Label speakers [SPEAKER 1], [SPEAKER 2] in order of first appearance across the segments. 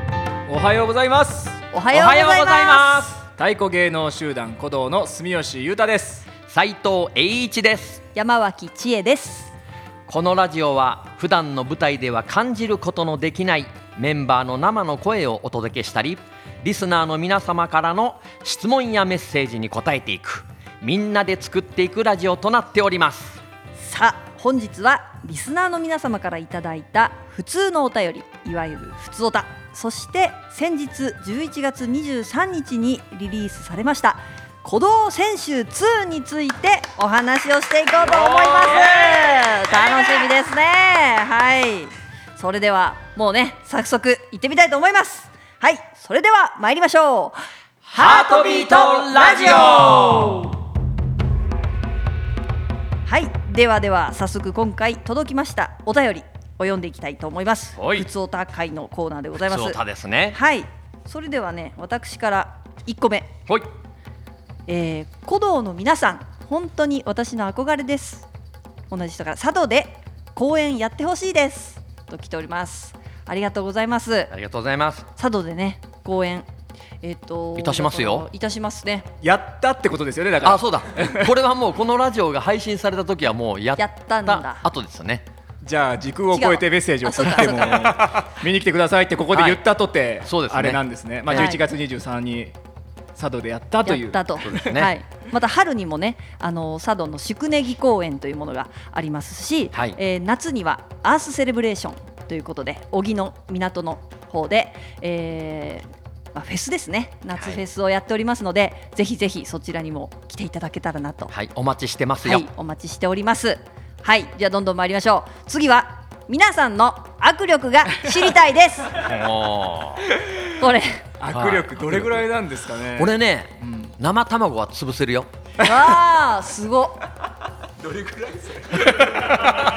[SPEAKER 1] はようございます
[SPEAKER 2] おはようございます
[SPEAKER 1] 太鼓芸能集団鼓動の住吉裕太です
[SPEAKER 3] 斉藤栄一です
[SPEAKER 2] 山脇千恵です
[SPEAKER 3] このラジオは普段の舞台では感じることのできないメンバーの生の声をお届けしたりリスナーの皆様からの質問やメッセージに答えていくみんなで作っていくラジオとなっております
[SPEAKER 2] さあ本日はリスナーの皆様からいただいた普通のお便りいわゆる普通おたそして先日11月23日にリリースされました鼓動選手2についてお話をしていこうと思います楽しみですねはいそれではもうね早速行ってみたいと思いますはいそれでは参りましょう
[SPEAKER 1] ハートビートラジオ
[SPEAKER 2] はい、ではでは早速今回届きましたお便りを読んでいきたいと思います。
[SPEAKER 3] はい
[SPEAKER 2] ふつおた会のコーナーでございます。
[SPEAKER 3] 普通歌ですね
[SPEAKER 2] はい、それではね、私から1個目、
[SPEAKER 3] はい
[SPEAKER 2] えー、鼓動の皆さん、本当に私の憧れです。同じ人から佐渡で公演やってほしいですと来ております。ありがとうございます。
[SPEAKER 3] ありがとうございます
[SPEAKER 2] 佐渡でね、公演、えっ、と
[SPEAKER 3] いたしますよ
[SPEAKER 2] いたしますね。
[SPEAKER 1] やったってことですよねだから
[SPEAKER 3] あそうだ これはもうこのラジオが配信された時はもうやっ
[SPEAKER 2] やったんだ
[SPEAKER 3] た後ですよね
[SPEAKER 1] じゃあ時空を超えてメッセージを送っても
[SPEAKER 2] 違う
[SPEAKER 1] 見に来てくださいってここで言ったとて、
[SPEAKER 3] いそうですね
[SPEAKER 1] あれなんですね、まあ、
[SPEAKER 2] はい
[SPEAKER 1] 11月23日佐渡でやったという
[SPEAKER 2] やったと
[SPEAKER 3] そうですね
[SPEAKER 2] はい、また春にもねあの佐渡の宿根木公園というものがありますし、
[SPEAKER 3] はい
[SPEAKER 2] えー夏にはアースセレブレーションということで小木の港の方で、えーまあ、フェスですね夏フェスをやっておりますので、ぜひぜひそちらにも来ていただけたらなと、は
[SPEAKER 3] はいお待ちしてます
[SPEAKER 2] い
[SPEAKER 3] よ、
[SPEAKER 2] お待ちしておりますはいじゃあどんどん参りましょう次は皆さんの握力が知りたいです
[SPEAKER 3] も う
[SPEAKER 2] こ れ
[SPEAKER 1] 握力どれぐらいなんですかね
[SPEAKER 3] 俺ね、
[SPEAKER 1] ん
[SPEAKER 3] 生卵は潰せるよ
[SPEAKER 2] わあすごっ
[SPEAKER 1] どれぐらいですか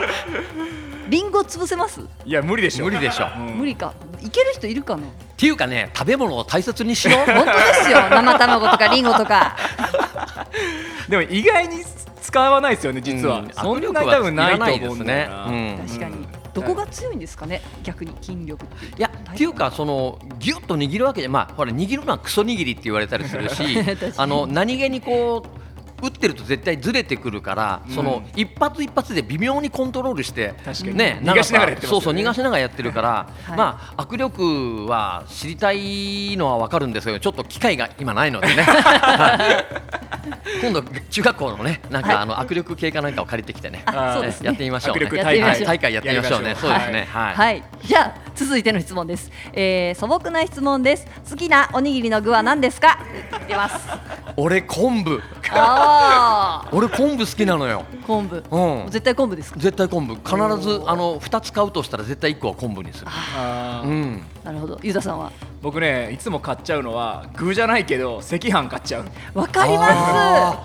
[SPEAKER 2] リンゴ潰せます
[SPEAKER 1] いや無理でしょ
[SPEAKER 3] 無理でしょ、
[SPEAKER 1] うん
[SPEAKER 2] 無理かいける人いるかな
[SPEAKER 3] っていうかね食べ物を大切にしよ う
[SPEAKER 2] 本当です よ生卵とかリンゴとか
[SPEAKER 1] でも意外に使わないですよね実は、
[SPEAKER 3] うん
[SPEAKER 1] そんなに
[SPEAKER 3] 握力は
[SPEAKER 1] 多分ないと思うんだよ
[SPEAKER 3] いら
[SPEAKER 1] な
[SPEAKER 3] ないですねうん
[SPEAKER 2] 確かに、
[SPEAKER 1] うん
[SPEAKER 2] どこが強いんですかね逆に筋力っていうと
[SPEAKER 3] いやっていうかそのギュッと握るわけじゃまあほら握るのはクソ握りって言われたりするし
[SPEAKER 2] 確かに
[SPEAKER 3] あの何気にこう打ってると絶対ずれてくるから、その一発一発で微妙にコントロールして
[SPEAKER 1] 確かに
[SPEAKER 3] ね
[SPEAKER 1] 逃がしながらやってますよね
[SPEAKER 3] そうそう逃がしながらやってるから、
[SPEAKER 2] はい
[SPEAKER 3] まあ握力は知りたいのはわかるんですけどちょっと機会が今ないのでね今度中学校のねなん
[SPEAKER 2] はい
[SPEAKER 3] かあの握力計かなんかを借りてきてね
[SPEAKER 2] あ
[SPEAKER 1] あー
[SPEAKER 2] そうですね
[SPEAKER 3] やってみましょう、ね、
[SPEAKER 1] 握力
[SPEAKER 2] やってみましょう
[SPEAKER 3] 大会やってみましょうねそうですねはい、
[SPEAKER 2] はいじゃあ続いての質問です、えー、素朴な質問です好きなおにぎりの具は何ですかって来てます
[SPEAKER 3] 俺昆布
[SPEAKER 2] あ
[SPEAKER 3] 俺昆布好きなのよ
[SPEAKER 2] ー昆布、
[SPEAKER 3] うん
[SPEAKER 2] 絶対昆布ですか
[SPEAKER 3] 絶対昆布必ずあの2つ買うとしたら絶対1個は昆布にする
[SPEAKER 1] あー
[SPEAKER 3] うん
[SPEAKER 2] なるほどゆうたさんは
[SPEAKER 1] 僕ねいつも買っちゃうのは具じゃないけど赤飯買っちゃう
[SPEAKER 2] わかりま
[SPEAKER 3] あ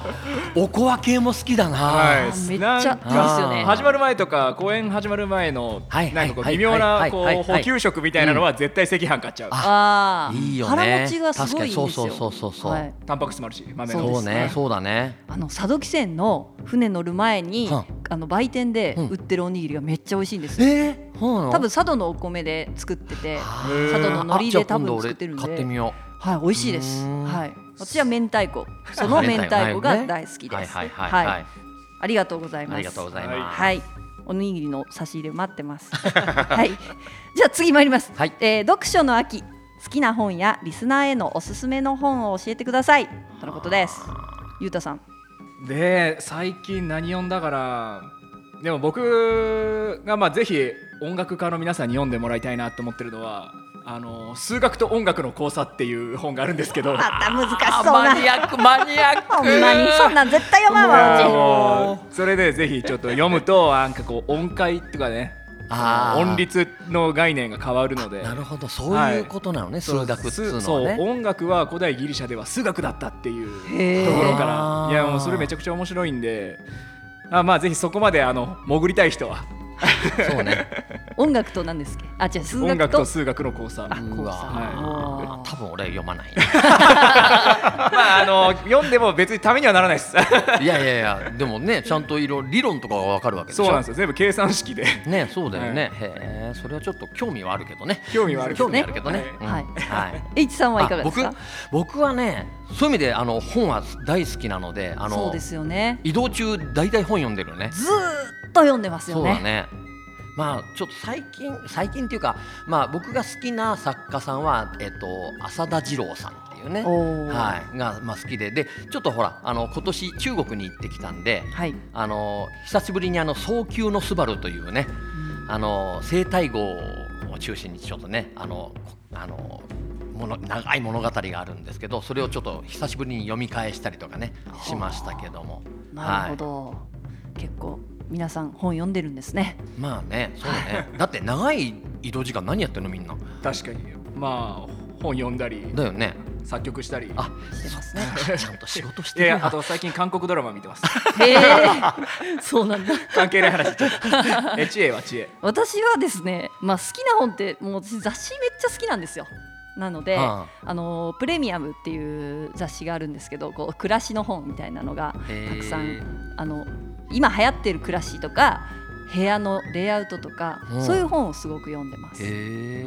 [SPEAKER 3] ーおこわ系も好きだな、
[SPEAKER 1] はい
[SPEAKER 2] すめっち
[SPEAKER 1] な
[SPEAKER 2] ゃ
[SPEAKER 1] ん
[SPEAKER 2] いいです
[SPEAKER 1] か
[SPEAKER 2] よね
[SPEAKER 1] 始まる前とか公演始まる前の
[SPEAKER 3] はい
[SPEAKER 1] なんかこう
[SPEAKER 3] はい
[SPEAKER 1] 微妙
[SPEAKER 3] は
[SPEAKER 1] ないこ
[SPEAKER 3] はいは
[SPEAKER 1] う
[SPEAKER 3] いはい
[SPEAKER 1] 補給食みたいなのは絶対赤飯買っちゃう
[SPEAKER 3] あ
[SPEAKER 2] あー
[SPEAKER 3] いいよね
[SPEAKER 2] 腹持ちがすごいいいんですよ
[SPEAKER 3] 確かにそうそうそうそうそう
[SPEAKER 2] はい
[SPEAKER 1] タンパク質もあるし豆
[SPEAKER 2] そうで
[SPEAKER 3] そ
[SPEAKER 1] の
[SPEAKER 3] う
[SPEAKER 2] す
[SPEAKER 3] ね
[SPEAKER 2] ね
[SPEAKER 3] そうだね
[SPEAKER 2] あの佐渡汽船の船乗る前に、
[SPEAKER 3] は
[SPEAKER 2] あの売店で
[SPEAKER 3] うん
[SPEAKER 2] 売ってるおにぎりがめっちゃ美味しいんですよ
[SPEAKER 3] えー、そうなの
[SPEAKER 2] 多分佐渡のお米で作ってて、
[SPEAKER 3] あ
[SPEAKER 1] へー
[SPEAKER 3] ー
[SPEAKER 2] 佐渡の海苔で
[SPEAKER 3] あじゃあ
[SPEAKER 2] 多
[SPEAKER 3] 今度
[SPEAKER 2] 分
[SPEAKER 3] 俺
[SPEAKER 2] 作ってるんで、
[SPEAKER 3] 買ってみよ
[SPEAKER 2] はい、美味しいです。
[SPEAKER 3] うーん
[SPEAKER 2] はい、私は明太子、その明太子が大好き
[SPEAKER 3] うは
[SPEAKER 2] で
[SPEAKER 3] い
[SPEAKER 2] す。
[SPEAKER 3] はいはいはい、
[SPEAKER 2] はいありがとうございます。
[SPEAKER 3] ありがとうございます、
[SPEAKER 2] はい、おにぎりの差し入れ待ってます。 はい、じゃあ次参ります。
[SPEAKER 3] はい
[SPEAKER 2] えー読書の秋、好きな本やリスナーへのおすすめの本を教えてください。とのことです。ゆうたさん、
[SPEAKER 1] で最近何読んだからでも僕がまあぜひ音楽家の皆さんに読んでもらいたいなと思ってるのはあの数学と音楽の交差っていう本があるんですけ ど
[SPEAKER 2] また難しそう
[SPEAKER 3] あマニ
[SPEAKER 2] な。
[SPEAKER 3] アックマニアック
[SPEAKER 2] ほんまにそんなん絶対読まん
[SPEAKER 1] いや
[SPEAKER 2] わう
[SPEAKER 1] もうそれでぜひちょっと読むとなんかこう音階とかね
[SPEAKER 3] あー
[SPEAKER 1] 音律の概念が変わるので
[SPEAKER 3] なるほどそういうことなのね、数学っつうの
[SPEAKER 1] そう
[SPEAKER 3] はね
[SPEAKER 1] 音楽は古代ギリシャでは数学だったっていう
[SPEAKER 2] ち。へ
[SPEAKER 1] ところ
[SPEAKER 2] ー
[SPEAKER 1] か
[SPEAKER 3] あ
[SPEAKER 1] ら
[SPEAKER 3] ー
[SPEAKER 1] いやもうそれめちゃくちゃ面白いんであまあぜひそこまであの潜りたい人は
[SPEAKER 3] そうね
[SPEAKER 2] 音楽と何ですっけあ、違う、数
[SPEAKER 1] 音
[SPEAKER 2] 学
[SPEAKER 1] 楽と
[SPEAKER 2] と。
[SPEAKER 1] 数学の交差
[SPEAKER 2] あ、こう
[SPEAKER 3] う
[SPEAKER 2] さ
[SPEAKER 3] わ
[SPEAKER 1] ー
[SPEAKER 2] あ
[SPEAKER 3] 多分俺読まない
[SPEAKER 1] まああの読んでも別にためにはならないです。
[SPEAKER 3] いやいやいやでもねちゃんといろいろ理論とかがわかるわけでしょ
[SPEAKER 1] そうなんですよ。全部計算式 で
[SPEAKER 3] ねそうだよね、へえそれはちょっと興味はあるけどね
[SPEAKER 1] 興味はあるけど
[SPEAKER 3] 興味あるけどね
[SPEAKER 1] はい
[SPEAKER 3] うん
[SPEAKER 2] はい
[SPEAKER 3] はい
[SPEAKER 2] エイチさん はいか
[SPEAKER 3] あ
[SPEAKER 2] がです
[SPEAKER 3] 僕
[SPEAKER 2] か
[SPEAKER 3] 僕はねそういう意味であの本は大好きなのであ
[SPEAKER 2] そう
[SPEAKER 3] の
[SPEAKER 2] ですよね
[SPEAKER 3] 移動中大体本読んでるよね
[SPEAKER 2] ずーっと読んでますよ
[SPEAKER 3] そうだ
[SPEAKER 2] ね
[SPEAKER 3] ねまあちょっと最近最近っていうか、まあ、僕が好きな作家さんは、えっと浅田次郎さんっていうね、
[SPEAKER 2] おおー
[SPEAKER 3] はい、が、まあ、好きででちょっとほらあの今年中国に行ってきたんで
[SPEAKER 2] はい
[SPEAKER 3] あの久しぶりにあの「早急のスバルというね
[SPEAKER 2] うん
[SPEAKER 3] あの生態号を中心にちょっとねあのこあのもの長い物語があるんですけどそれをちょっと久しぶりに読み返したりとかねしましたけども
[SPEAKER 2] なるほど、結構皆さん本読んでるんですね
[SPEAKER 3] まあねそうだねだって長い移動時間何やってんのみんな
[SPEAKER 1] 確かに。まあ本読んだり
[SPEAKER 3] だ よね
[SPEAKER 1] 作曲したり。
[SPEAKER 3] あ
[SPEAKER 2] してますね
[SPEAKER 3] そっかちゃんと仕事し
[SPEAKER 1] い
[SPEAKER 3] て
[SPEAKER 1] やい
[SPEAKER 3] るな
[SPEAKER 1] やあと最近韓国ドラマ見 てます。
[SPEAKER 2] へえ そうなんだ
[SPEAKER 1] 関係ない話。ちょっとえ知恵は知恵。
[SPEAKER 2] 私はですね、まあ、好きな本ってもう私雑誌めっちゃ好きなんですよなので、
[SPEAKER 3] あ
[SPEAKER 2] あのプレミアムっていう雑誌があるんですけどこう暮らしの本みたいなのが
[SPEAKER 3] あへえ
[SPEAKER 2] たくさんあの今流行ってる暮らしとか部屋のレイアウトとか、
[SPEAKER 3] うん
[SPEAKER 2] そういう本をすごく読んでます、
[SPEAKER 3] へ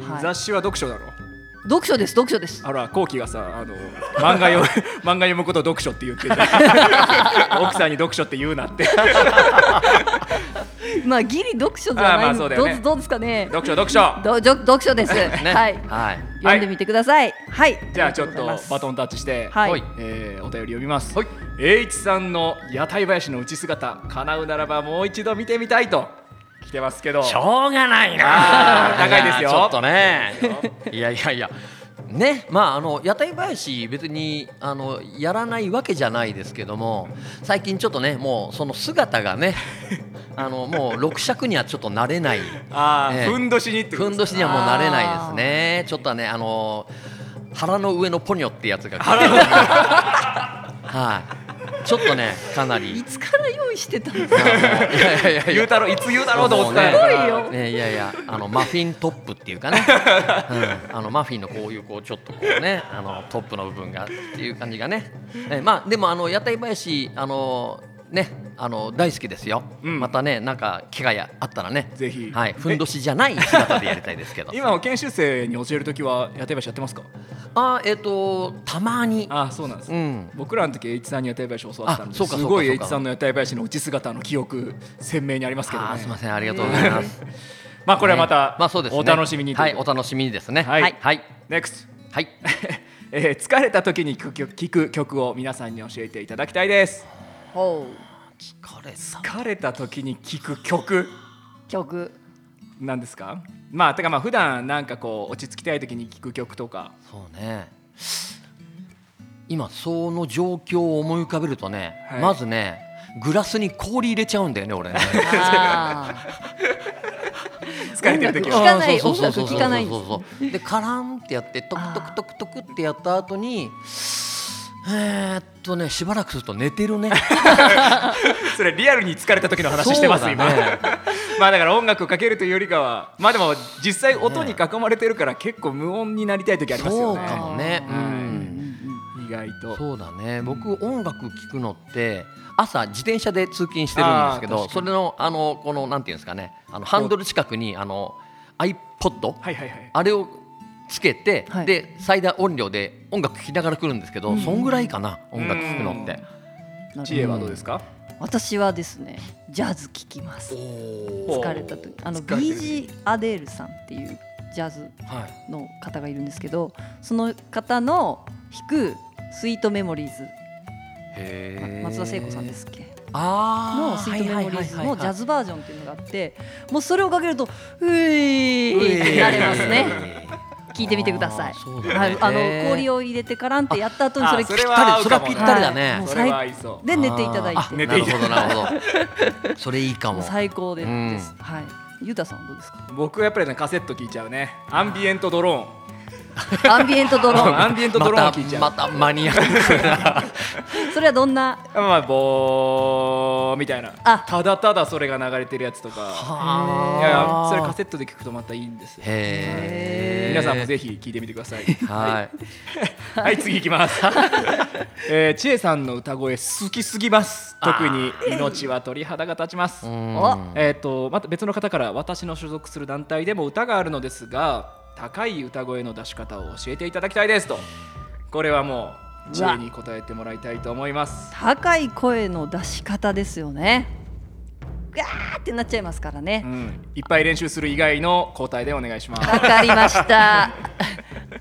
[SPEAKER 3] え
[SPEAKER 2] はい
[SPEAKER 1] 雑誌は読書だろ。
[SPEAKER 2] 読書です読書です
[SPEAKER 1] あら、後期がさ、あの漫画読 漫画読むことを読書って言ってて、奥さんに読書って言うなって。
[SPEAKER 2] まあギリ読書じゃ
[SPEAKER 1] あーま
[SPEAKER 2] な
[SPEAKER 1] あ
[SPEAKER 2] い
[SPEAKER 1] そう
[SPEAKER 2] の
[SPEAKER 1] だ
[SPEAKER 2] ど
[SPEAKER 1] よ
[SPEAKER 2] う
[SPEAKER 1] ね
[SPEAKER 2] どうですかね
[SPEAKER 1] 読書読書。
[SPEAKER 2] ど読読 書です、
[SPEAKER 3] ね
[SPEAKER 2] はい
[SPEAKER 3] はい
[SPEAKER 2] 読んでみてくださいはい、
[SPEAKER 1] じゃあちょっと
[SPEAKER 2] りがございます
[SPEAKER 1] バトンタッチして、
[SPEAKER 2] はい
[SPEAKER 3] はい
[SPEAKER 1] えーお便り読みます。
[SPEAKER 3] はい
[SPEAKER 1] 栄一さんの屋台林の内姿、叶うならばもう一度見てみたいと来てますけど、
[SPEAKER 3] しょうがない
[SPEAKER 1] あ
[SPEAKER 3] な
[SPEAKER 1] ー高いですよ
[SPEAKER 3] やちょっとねいやいやいやねまああの屋台林別にあのやらないわけじゃないですけども最近ちょっとねもうその姿 がねあのもう六尺にはちょっとなれない
[SPEAKER 1] ああ、
[SPEAKER 3] ええ
[SPEAKER 1] ふんどしにってこと
[SPEAKER 3] ふん
[SPEAKER 1] です
[SPEAKER 3] どしにはもうなれないですねちょっとねあの腹の上のポニョってやつがはいちょっとねかな いり
[SPEAKER 2] つから用意してたんです
[SPEAKER 3] いやいやいやいや
[SPEAKER 1] 言うたろいつ言うだろうと思ってたんやから
[SPEAKER 2] もうね
[SPEAKER 3] ね、いやいやあのマフィントップっていうかね、うん、あのマフィンのこういうこうちょっとこうねあのトップの部分がっていう感じがねえまあでもあの屋台林あのねあの大好きですよ、
[SPEAKER 1] うん
[SPEAKER 3] またねなんか機会あったらね
[SPEAKER 1] ぜひ
[SPEAKER 3] はい、ふんどしじゃない姿でやりたいですけど
[SPEAKER 1] 今も研修生に教えるときは屋台林やってますか？
[SPEAKER 3] あえっ、とたまに
[SPEAKER 1] ああ、そうなんです。
[SPEAKER 3] うん
[SPEAKER 1] 僕らの時栄一さんに屋台林を教わったん
[SPEAKER 3] あ
[SPEAKER 1] で
[SPEAKER 3] そう
[SPEAKER 1] す
[SPEAKER 3] かそうか
[SPEAKER 1] ごい
[SPEAKER 3] そ
[SPEAKER 1] 栄
[SPEAKER 3] うか
[SPEAKER 1] 一さんの屋台林の内姿の記憶鮮明にありますけどね
[SPEAKER 3] あーすみませんありがとうございます、
[SPEAKER 1] まあこれはまた、
[SPEAKER 3] ねまあそうですね
[SPEAKER 1] お楽しみにと
[SPEAKER 3] はいいうお
[SPEAKER 1] こと
[SPEAKER 3] 楽しみにですね
[SPEAKER 1] はい
[SPEAKER 3] はい、
[SPEAKER 1] で NEXT
[SPEAKER 3] はい
[SPEAKER 1] えー疲れた時に聴く聴く曲を皆さんに教えていただきたいです
[SPEAKER 2] ほ
[SPEAKER 3] 疲れた
[SPEAKER 1] 疲れた時に聴く曲
[SPEAKER 2] う曲
[SPEAKER 1] なんですかまあてかまあ普段なんかこう落ち着きたい時に聴く曲とか
[SPEAKER 3] そうね今その状況を思い浮かべるとね、
[SPEAKER 1] はい
[SPEAKER 3] まずねグラスに氷入れちゃうんだよね俺 ね
[SPEAKER 2] あ
[SPEAKER 1] 疲れてる時
[SPEAKER 2] 音
[SPEAKER 1] は
[SPEAKER 2] 楽かない
[SPEAKER 3] あーそうそうそうそ
[SPEAKER 2] 音楽
[SPEAKER 3] う
[SPEAKER 2] 聞かないんで
[SPEAKER 3] そ
[SPEAKER 2] す
[SPEAKER 3] うそうそうでカランってやってトクトクトクトクってやった後にえーっとねしばらくすると寝 てるね
[SPEAKER 1] それリアルに疲れた時の話してます、
[SPEAKER 3] そう
[SPEAKER 1] 今
[SPEAKER 3] だね
[SPEAKER 1] まあだから音楽をかけるというよりかはまあでも実際音に囲まれてるから結構無音になりたい時あります
[SPEAKER 3] そ
[SPEAKER 1] よ
[SPEAKER 3] う
[SPEAKER 1] ね
[SPEAKER 3] かもねう
[SPEAKER 1] はい
[SPEAKER 2] ーうん
[SPEAKER 3] ん
[SPEAKER 1] 意外と
[SPEAKER 3] そうだね僕音楽聴くのって朝自転車で通勤してるんですけ
[SPEAKER 1] あー
[SPEAKER 3] ど
[SPEAKER 1] 確
[SPEAKER 3] それのあのこのなんていうんですかねあのハンドル近くにあの iPod
[SPEAKER 1] はいはいはい
[SPEAKER 3] あれをつけて、
[SPEAKER 2] はい
[SPEAKER 3] で最大音量で音楽聴きながら来るんですけど、そんぐらいかな音楽聴くのって。
[SPEAKER 2] ー
[SPEAKER 1] 知恵はどうですか、
[SPEAKER 2] 私はですねジャズ聴きます疲れた時あのビージー・アデールさんっていうジャズ
[SPEAKER 3] はい、
[SPEAKER 2] の方がいるんですけどその方の弾く「スイートメモリーズ」
[SPEAKER 3] へー
[SPEAKER 2] 松田聖子さんですっけの「
[SPEAKER 3] あ
[SPEAKER 2] ス
[SPEAKER 3] ー
[SPEAKER 2] イ
[SPEAKER 3] は
[SPEAKER 2] ー
[SPEAKER 3] い
[SPEAKER 2] ト
[SPEAKER 3] は
[SPEAKER 2] メ
[SPEAKER 3] い
[SPEAKER 2] モリーズ」の
[SPEAKER 3] はいはいはい
[SPEAKER 2] ジャズバージョンっていうのがあってもうそれをかけると「ういー」ってなれます ね。聞いてみてください
[SPEAKER 3] あーそうだね
[SPEAKER 2] はい、あの
[SPEAKER 3] へー
[SPEAKER 2] 氷を入れてカランってやった後に
[SPEAKER 1] あ
[SPEAKER 2] それ
[SPEAKER 1] そ
[SPEAKER 2] 切
[SPEAKER 1] れ
[SPEAKER 2] っ
[SPEAKER 1] は合うかも
[SPEAKER 3] ぴったりだね
[SPEAKER 2] もう
[SPEAKER 1] そ
[SPEAKER 2] 最
[SPEAKER 1] れは合いそう
[SPEAKER 2] で寝ていただい
[SPEAKER 3] あーあ
[SPEAKER 2] て
[SPEAKER 1] 寝ていただいて
[SPEAKER 3] なるほどなる ほどそれいいか
[SPEAKER 2] も
[SPEAKER 3] も
[SPEAKER 2] う最高で
[SPEAKER 3] うん
[SPEAKER 2] です、はいゆうたさんはどうですか
[SPEAKER 1] 僕はやっぱりねカセット聞いちゃうねアンビエントドローン
[SPEAKER 2] アンビエントドローン
[SPEAKER 1] ア ンビエントドローン聞いちゃう
[SPEAKER 3] またまたマニアックな
[SPEAKER 2] それはどんな
[SPEAKER 1] まあボーみたいな
[SPEAKER 2] あ
[SPEAKER 1] ただただそれが流れてるやつとかいやいやそれカセットで聞くとまたいいんですよ
[SPEAKER 3] へえ
[SPEAKER 1] 皆さんもぜひ聞いてみてください
[SPEAKER 3] はい
[SPEAKER 1] はい次いきます、 えー、千恵さんの歌声好きすぎます特に命は鳥肌が立ちます
[SPEAKER 2] お
[SPEAKER 1] えー、とまた別の方から私の所属する団体でも歌があるのですが高い歌声の出し方を教えていただきたいですとこれはもう知恵に答えてもらいたいと思います
[SPEAKER 2] 高い声の出し方ですよねガーってなっちゃいますからね
[SPEAKER 1] うん、いっぱい練習する以外の交代でお願いし ます
[SPEAKER 2] わかりました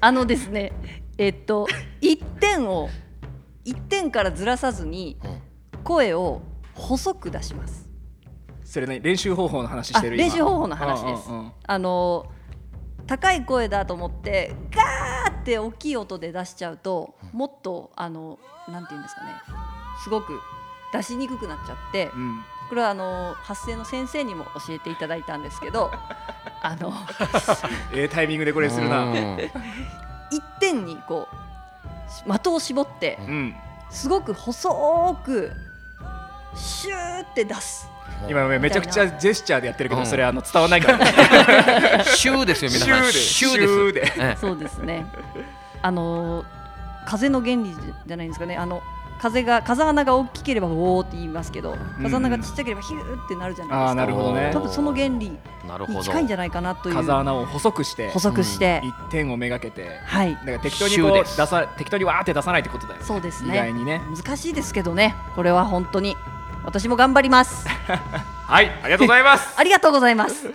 [SPEAKER 2] あのですねえっと一点を一点からずらさずに声を細く出します
[SPEAKER 1] それね練習方法の話してる
[SPEAKER 2] あ
[SPEAKER 1] 今
[SPEAKER 2] 練習方法の話です
[SPEAKER 1] うんうんうん
[SPEAKER 2] あの高い声だと思ってガーって大きい音で出しちゃうともっとあのなんて言うんですかねすごく出しにくくなっちゃって
[SPEAKER 1] うん
[SPEAKER 2] これはあの発声の先生にも教えていただいたんですけどあの
[SPEAKER 1] ええタイミングでこれするな
[SPEAKER 3] うん
[SPEAKER 2] 一点にこう的を絞って
[SPEAKER 1] うん
[SPEAKER 2] すごく細くシューって出す
[SPEAKER 1] 今めちゃくちゃジェスチャーでやってるけど、
[SPEAKER 3] うん
[SPEAKER 1] それあの伝わらないから、ね、
[SPEAKER 3] シューですよ皆さん
[SPEAKER 1] シ
[SPEAKER 3] シ
[SPEAKER 1] ュ
[SPEAKER 3] ュ
[SPEAKER 1] ー
[SPEAKER 3] ー
[SPEAKER 1] で
[SPEAKER 3] です
[SPEAKER 1] シ
[SPEAKER 3] ええ
[SPEAKER 2] そうですね あの風の原理じゃないんですかねあの風が風穴が大きければウォーって言いますけど風穴がちっちゃければヒューってなるじゃ
[SPEAKER 1] あ
[SPEAKER 2] な
[SPEAKER 1] あ
[SPEAKER 2] い
[SPEAKER 1] な
[SPEAKER 2] で
[SPEAKER 1] る
[SPEAKER 2] す
[SPEAKER 1] ほどね
[SPEAKER 2] か多分その原理
[SPEAKER 3] なるほ
[SPEAKER 2] に
[SPEAKER 3] ど
[SPEAKER 2] 近いんじゃないかなという
[SPEAKER 1] 風穴を細くして
[SPEAKER 2] 細くして、
[SPEAKER 1] 一点をめがけて
[SPEAKER 2] はい
[SPEAKER 1] だから適当にこ
[SPEAKER 3] シュー
[SPEAKER 1] う出
[SPEAKER 3] です
[SPEAKER 1] さ適当にわーって出さないってことだよね
[SPEAKER 2] そうです
[SPEAKER 1] 意外
[SPEAKER 2] ね
[SPEAKER 1] にね
[SPEAKER 2] 難しいですけどねこれは本当に私も頑張ります
[SPEAKER 1] はいありがとうございます
[SPEAKER 2] ありがとうございます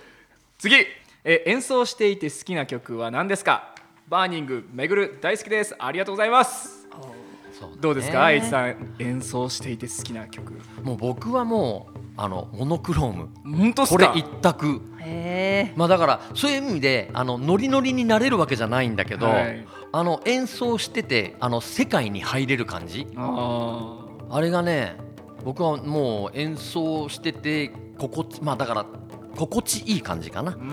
[SPEAKER 1] 次えー演奏していて好きな曲は何ですかバーニングめぐる大好きですありがとうございます
[SPEAKER 3] そうだね
[SPEAKER 1] どうですか愛知さん演奏していて好きな曲
[SPEAKER 3] もう僕はもうあのモノクローム
[SPEAKER 1] 本当っす
[SPEAKER 3] これ
[SPEAKER 1] か
[SPEAKER 3] 一択
[SPEAKER 2] へえ
[SPEAKER 3] まあだからそういう意味であのノリノリになれるわけじゃないんだけど、
[SPEAKER 1] はい
[SPEAKER 3] あの演奏しててあの世界に入れる感じ
[SPEAKER 1] あ
[SPEAKER 3] あれがね僕はもう演奏してて心地まあだから心地いい感じかな
[SPEAKER 1] ーう
[SPEAKER 3] うん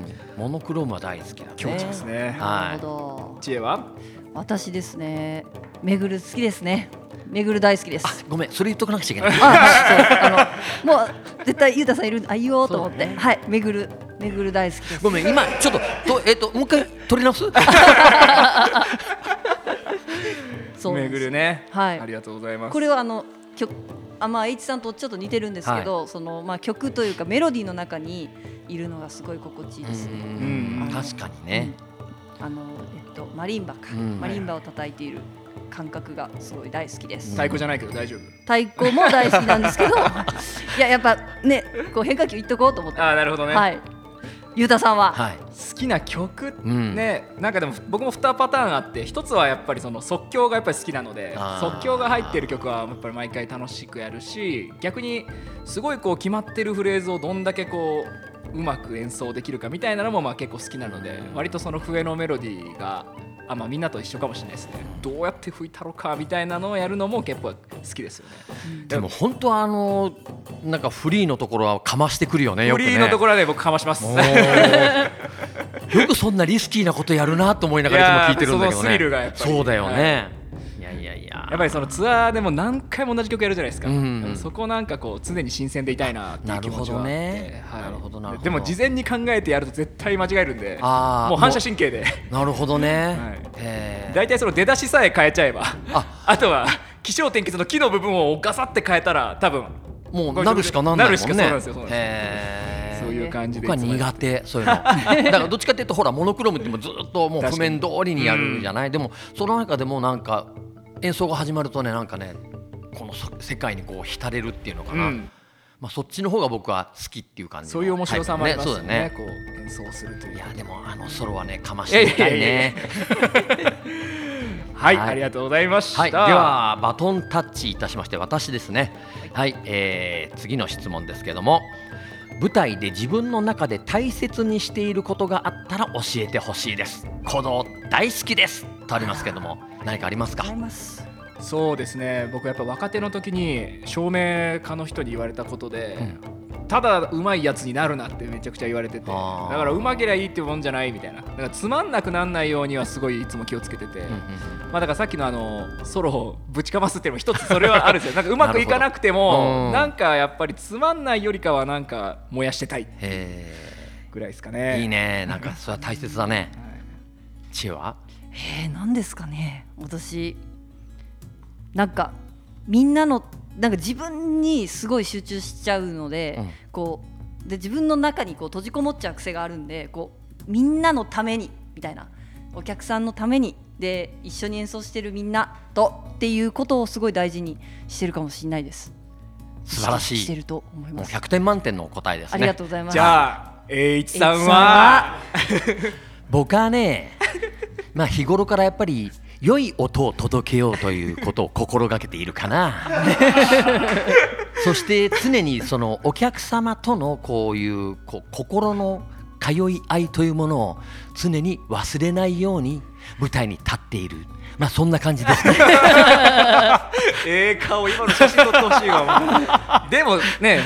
[SPEAKER 3] んモノクロームは大好きだね
[SPEAKER 1] 強調ですね
[SPEAKER 2] な
[SPEAKER 3] は
[SPEAKER 2] る
[SPEAKER 3] い
[SPEAKER 2] ほど
[SPEAKER 1] 知恵は
[SPEAKER 2] 私ですねめぐる好きですねめぐる大好きです
[SPEAKER 3] ごめんそれ言っとかなくちゃいけない
[SPEAKER 2] あ、はい、そうあの、もう絶対ゆうたさんいる、あ、言おうと思って、はい、めぐる、めぐる大好きです。
[SPEAKER 3] ごめん今ちょっととえっともう一回取り直す
[SPEAKER 2] そうなん
[SPEAKER 1] め
[SPEAKER 2] で
[SPEAKER 1] ぐ
[SPEAKER 2] す
[SPEAKER 1] るね
[SPEAKER 2] はい
[SPEAKER 1] ありがとうございます
[SPEAKER 2] これはあの、曲、あ、まあ、H さんとちょっと似てるんですけど、その、まあ、曲というか、メロディーの中に。いるのがすごい心地いいですね。
[SPEAKER 3] うん確かにね
[SPEAKER 2] あの、えっと、マリンバか、
[SPEAKER 3] うん
[SPEAKER 2] マリンバを叩いている感覚がすごい大好きです。
[SPEAKER 1] 太鼓じゃないけど大丈夫
[SPEAKER 2] 太鼓も大好きなんですけど、いや、やっぱ、ね、こう変化球いっとこうと思って。
[SPEAKER 1] ああなるほどね
[SPEAKER 2] はい。ゆうたさんは。
[SPEAKER 3] はい
[SPEAKER 1] 好きな曲
[SPEAKER 3] うん
[SPEAKER 1] ね、なんかでも僕も2パターンあって一つはやっぱりその即興がやっぱり好きなので
[SPEAKER 3] あー
[SPEAKER 1] 即興が入ってる曲はやっぱり毎回楽しくやるし逆にすごいこう決まってるフレーズをどんだけこううまく演奏できるかみたいなのもまあ結構好きなので割とその笛のメロディーがあ、まあ、みんなと一緒かもしれないですねどうやって吹いたろかみたいなのをやるのも結構好きですよね。
[SPEAKER 3] でも本当はあのなんかフリーのところはかましてくるよねよ
[SPEAKER 1] フ
[SPEAKER 3] くね
[SPEAKER 1] リーのところはね僕かまします
[SPEAKER 3] もうよくそんなリスキーなことやるなと思いながらいつも聞いてるんだけど
[SPEAKER 1] いやーそのス
[SPEAKER 3] ね
[SPEAKER 1] リルがやっぱり
[SPEAKER 3] そうだよね、い、やいやいや
[SPEAKER 1] やっぱりそのツアーでも何回も同じ曲やるじゃないですか、
[SPEAKER 3] うん
[SPEAKER 1] だからそこなんかこう常に新鮮でいたいなっていう気持ちはあって
[SPEAKER 3] なるほどね
[SPEAKER 1] はい
[SPEAKER 3] なるほどなるほど
[SPEAKER 1] でも事前に考えてやると絶対間違えるんで
[SPEAKER 3] あー
[SPEAKER 1] もう反射神経で
[SPEAKER 3] なるほどね、
[SPEAKER 1] はい
[SPEAKER 3] えー
[SPEAKER 1] 大体その出だしさえ変えちゃえばあ
[SPEAKER 3] あ
[SPEAKER 1] とは気象転結の木の部分をガサって変えたら多分
[SPEAKER 3] もうなるしかなんな
[SPEAKER 1] な
[SPEAKER 3] いもんね
[SPEAKER 1] るしかそうなんですよそうなんですよ
[SPEAKER 3] えー
[SPEAKER 1] そういう感じで
[SPEAKER 3] 僕は苦手そ ういうのだからどっちかっていうとほらモノクロームってもうずっともう譜面通りにやるじゃない、でもその中でもなんか演奏が始まるとねなんかねこのそ世界にこう浸れるっていうのか
[SPEAKER 1] う
[SPEAKER 3] な、
[SPEAKER 1] ん、
[SPEAKER 3] まあ、そっちの方が僕は好きっていう感じの
[SPEAKER 1] そういう面白さもありますよ
[SPEAKER 3] タイ
[SPEAKER 1] ね
[SPEAKER 3] プだねそう
[SPEAKER 1] こう
[SPEAKER 3] だね
[SPEAKER 1] 演奏するという
[SPEAKER 3] いやでもあのソロはねかましていきたい
[SPEAKER 1] いやいやいや
[SPEAKER 3] ね
[SPEAKER 1] はい、
[SPEAKER 3] はい
[SPEAKER 1] ありがとうございました、
[SPEAKER 3] はいではバトンタッチいたしまして私ですねはい、えー次の質問ですけども舞台で自分の中で大切にしていることがあったら教えてほしいです鼓動大好きですとありますけ ども何かありますか
[SPEAKER 2] ございます。
[SPEAKER 1] そうですね僕やっぱ若手の時に照明家の人に言われたことで、ただうまいやつになるなってめちゃくちゃ言われててだ
[SPEAKER 3] あー
[SPEAKER 1] からうまけりゃいいってもんじゃないみたいなだからつまんなくなんないようにはすごいいつも気をつけてて、
[SPEAKER 3] うんうん
[SPEAKER 1] まあ、だからさっきのあのソロを ぶちかますっていうのも一つそれはあるん ですよなんかうまくいかなくて
[SPEAKER 3] なるほどう
[SPEAKER 1] も
[SPEAKER 3] ん
[SPEAKER 1] なんかやっぱりつまんないよりかはなんか燃やしてたい
[SPEAKER 3] へ
[SPEAKER 1] ぐらいですか
[SPEAKER 3] え
[SPEAKER 1] ね。
[SPEAKER 3] いいねなんかそれは大切だね
[SPEAKER 1] はい
[SPEAKER 3] 知恵は
[SPEAKER 2] えー、なんですかね私なんかみんなのなんか自分にすごい集中しちゃうので、
[SPEAKER 3] うん
[SPEAKER 2] こうで自分の中にこう閉じこもっちゃう癖があるんでこうみんなのためにみたいなお客さんのためにで一緒に演奏してるみんなとっていうことをすごい大事にしてるかもしれないです
[SPEAKER 3] 素晴ら
[SPEAKER 2] 意識して
[SPEAKER 3] しい
[SPEAKER 2] ると思い
[SPEAKER 3] もう
[SPEAKER 2] ます、
[SPEAKER 3] 100点満点の答えですね
[SPEAKER 2] ありがとうございます
[SPEAKER 1] じゃあ栄一さん
[SPEAKER 2] 栄一さん
[SPEAKER 1] は
[SPEAKER 2] は
[SPEAKER 3] 僕はね まあ日頃からやっぱり良い音を届けようということを心がけているかなそして常にそのお客様とのこういうこう心の通い合いというものを常に忘れないように舞台に立っているまあそんな感じですね
[SPEAKER 1] ええ顔今の写真撮ってほしいわもうでも ね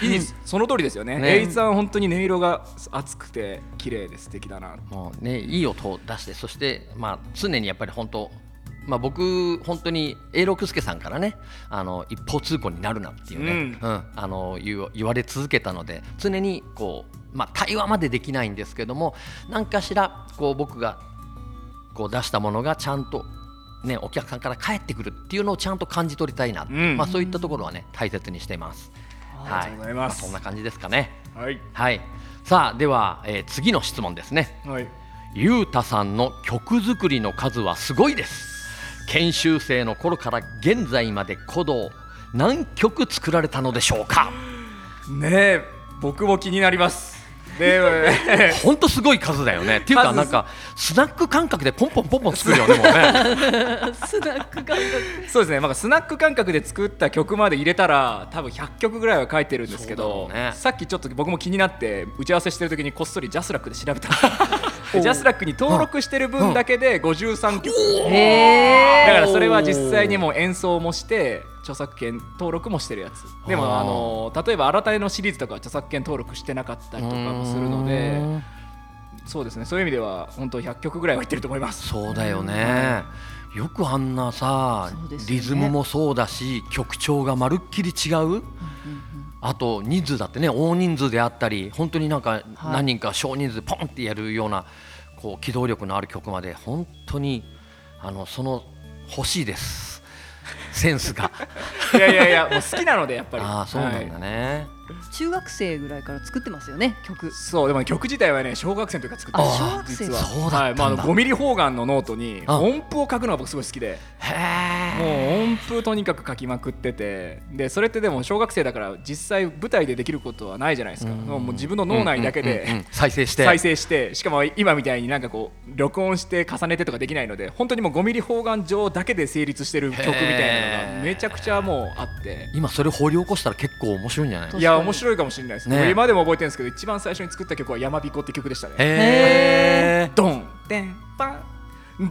[SPEAKER 1] いいですその通りですよね
[SPEAKER 3] ね
[SPEAKER 1] 栄一さんは本当に音色が熱くて綺麗で素敵だな
[SPEAKER 3] もうねいい音を出してそしてまあ常にやっぱり本当まあ僕本当に永六輔さんからねあの一方通行になるなっていうね、
[SPEAKER 1] うん
[SPEAKER 3] うん、あの言う言われ続けたので常にこう、まあ、対話までできないんですけども何かしらこう僕がこう出したものがちゃんと、ね、お客さんから返ってくるっていうのをちゃんと感じ取りたいな、
[SPEAKER 1] うん
[SPEAKER 3] まあ、そういったところはね大切にしています。
[SPEAKER 1] ありがとうございます
[SPEAKER 3] はそんな感じですかね。
[SPEAKER 1] はい
[SPEAKER 3] はい、さあでは、えー次の質問ですね。
[SPEAKER 1] はい
[SPEAKER 3] ゆうたさんの曲作りの数はすごいです研修生の頃から現在まで鼓動何曲作られたのでしょうか
[SPEAKER 1] ねえ僕も気になりますで
[SPEAKER 3] ほんとすごい数だよねっていうか
[SPEAKER 1] 数
[SPEAKER 3] なんかスナック感覚でポンポンポンポン作るよねも うね
[SPEAKER 2] スナック感覚
[SPEAKER 1] そうですねなんかスナック感覚で作った曲まで入れたら多分100曲ぐらいは書いてるんですけど、
[SPEAKER 3] そうだろうね
[SPEAKER 1] さっきちょっと僕も気になって打ち合わせしてる時にこっそりジャスラックで調べたんです ジャスラックに登録してる分だけで53曲
[SPEAKER 2] へ
[SPEAKER 1] だからそれは実際にもう演奏もして著作権登録もしてるやつでも
[SPEAKER 3] あー
[SPEAKER 1] あの例えば「新たいのシリーズとかは著作権登録してなかったりとかもするの
[SPEAKER 3] うー
[SPEAKER 1] で
[SPEAKER 3] ん
[SPEAKER 1] そうですねそういう意味では本当100曲ぐらいはいってると思います
[SPEAKER 3] そうだよねよくあんなさ、
[SPEAKER 2] そうですよね
[SPEAKER 3] リズムもそうだし曲調がまるっきり違うあと人数だってね大人数であったり本当になんか
[SPEAKER 2] はい
[SPEAKER 3] 何人か少人数ポンってやるようなこう機動力のある曲まで本当にあのその欲しいですセンス が
[SPEAKER 1] いやいやい やもう好きなのでやっぱり
[SPEAKER 3] ああそうなんだ
[SPEAKER 1] はい
[SPEAKER 3] ね、
[SPEAKER 2] 中学生ぐらいから作ってますよね曲
[SPEAKER 1] そうでもね曲自体はね小学生の時から作ってます
[SPEAKER 2] あ小学生
[SPEAKER 1] 実は
[SPEAKER 3] そうだったんだ
[SPEAKER 1] はいまあ、5ミリ方眼のノートに
[SPEAKER 3] あ
[SPEAKER 1] 音符を書くのが僕すごい好きでも
[SPEAKER 3] へえ
[SPEAKER 1] う音符とにかく書きまくっててでそれってでも小学生だから実際舞台でできることはないじゃないですかもう自分の脳内だけで、
[SPEAKER 3] うんうんうん再生し て
[SPEAKER 1] 再生してしかも今みたいになんかこう録音して重ねてとかできないので本当にもう5ミリ方眼上だけで成立してる曲みたいなの
[SPEAKER 3] へー
[SPEAKER 1] がめちゃくちゃもうあって
[SPEAKER 3] 今それ掘り起こしたら結構面白いんじゃない
[SPEAKER 2] 確
[SPEAKER 1] いや
[SPEAKER 2] かに
[SPEAKER 1] 面白いかもしれないです
[SPEAKER 3] ね
[SPEAKER 1] ね今でも覚えてるんですけど一番最初に作った曲は「やまびこ」って曲でしたね
[SPEAKER 3] へえ
[SPEAKER 1] ドンテンパン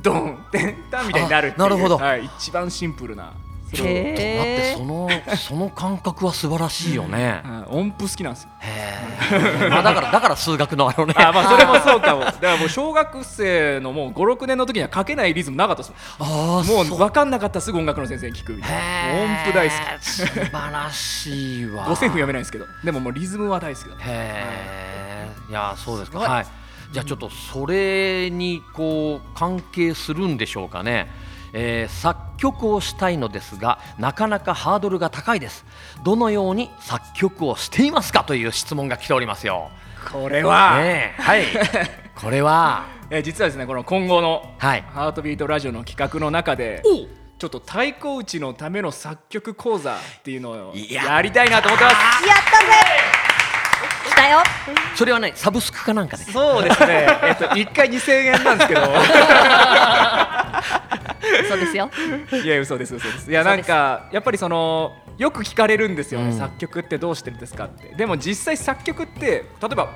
[SPEAKER 1] ドンテンタンみたいになるっていう
[SPEAKER 3] あなるほど
[SPEAKER 1] はい、一番シンプルなそ
[SPEAKER 2] へ
[SPEAKER 1] れを
[SPEAKER 2] ー
[SPEAKER 3] だってそのその感覚は素晴らしいよね。
[SPEAKER 1] はい音符好きなんですよ
[SPEAKER 3] へえ。まあだからだから数学のあのね。
[SPEAKER 1] あまあそれもそうかもだからもう小学生のもう56年の時には書けないリズムなかったですもん
[SPEAKER 3] あ
[SPEAKER 1] もう
[SPEAKER 3] そ
[SPEAKER 1] 分かんなかったらすぐ音楽の先生に聞くみたいな音符大好き
[SPEAKER 3] き。素晴らしいわ。
[SPEAKER 1] 五線譜読めないんですけどでももうリズムは大好きだね
[SPEAKER 3] へえ。いやそうですか。
[SPEAKER 1] すごい
[SPEAKER 3] はい。じゃあちょっとそれにこう関係するんでしょうかね。えー作曲をしたいのですがなかなかハードルが高いですどのように作曲をしていますかという質問が来ておりますよ、
[SPEAKER 1] これは、
[SPEAKER 3] ねえ、 はいこれは
[SPEAKER 1] えー実はですねこの今後の
[SPEAKER 3] はい
[SPEAKER 1] 「ハートビートラジオ」の企画の中で
[SPEAKER 3] お
[SPEAKER 1] ちょっと太鼓打ちのための作曲講座っていうのを
[SPEAKER 3] いや
[SPEAKER 1] やりたいなと思ってます
[SPEAKER 2] やったぜ来たよ
[SPEAKER 3] それはねサブスクかなんかで
[SPEAKER 1] そうですね、 えっと、1回2000円なんですけど
[SPEAKER 2] そうですよ
[SPEAKER 1] いや嘘です嘘ですいやなんかやっぱりそのよく聞かれるんですよね、
[SPEAKER 3] うん
[SPEAKER 1] 作曲ってどうしてるんですかってでも実際作曲って例えばも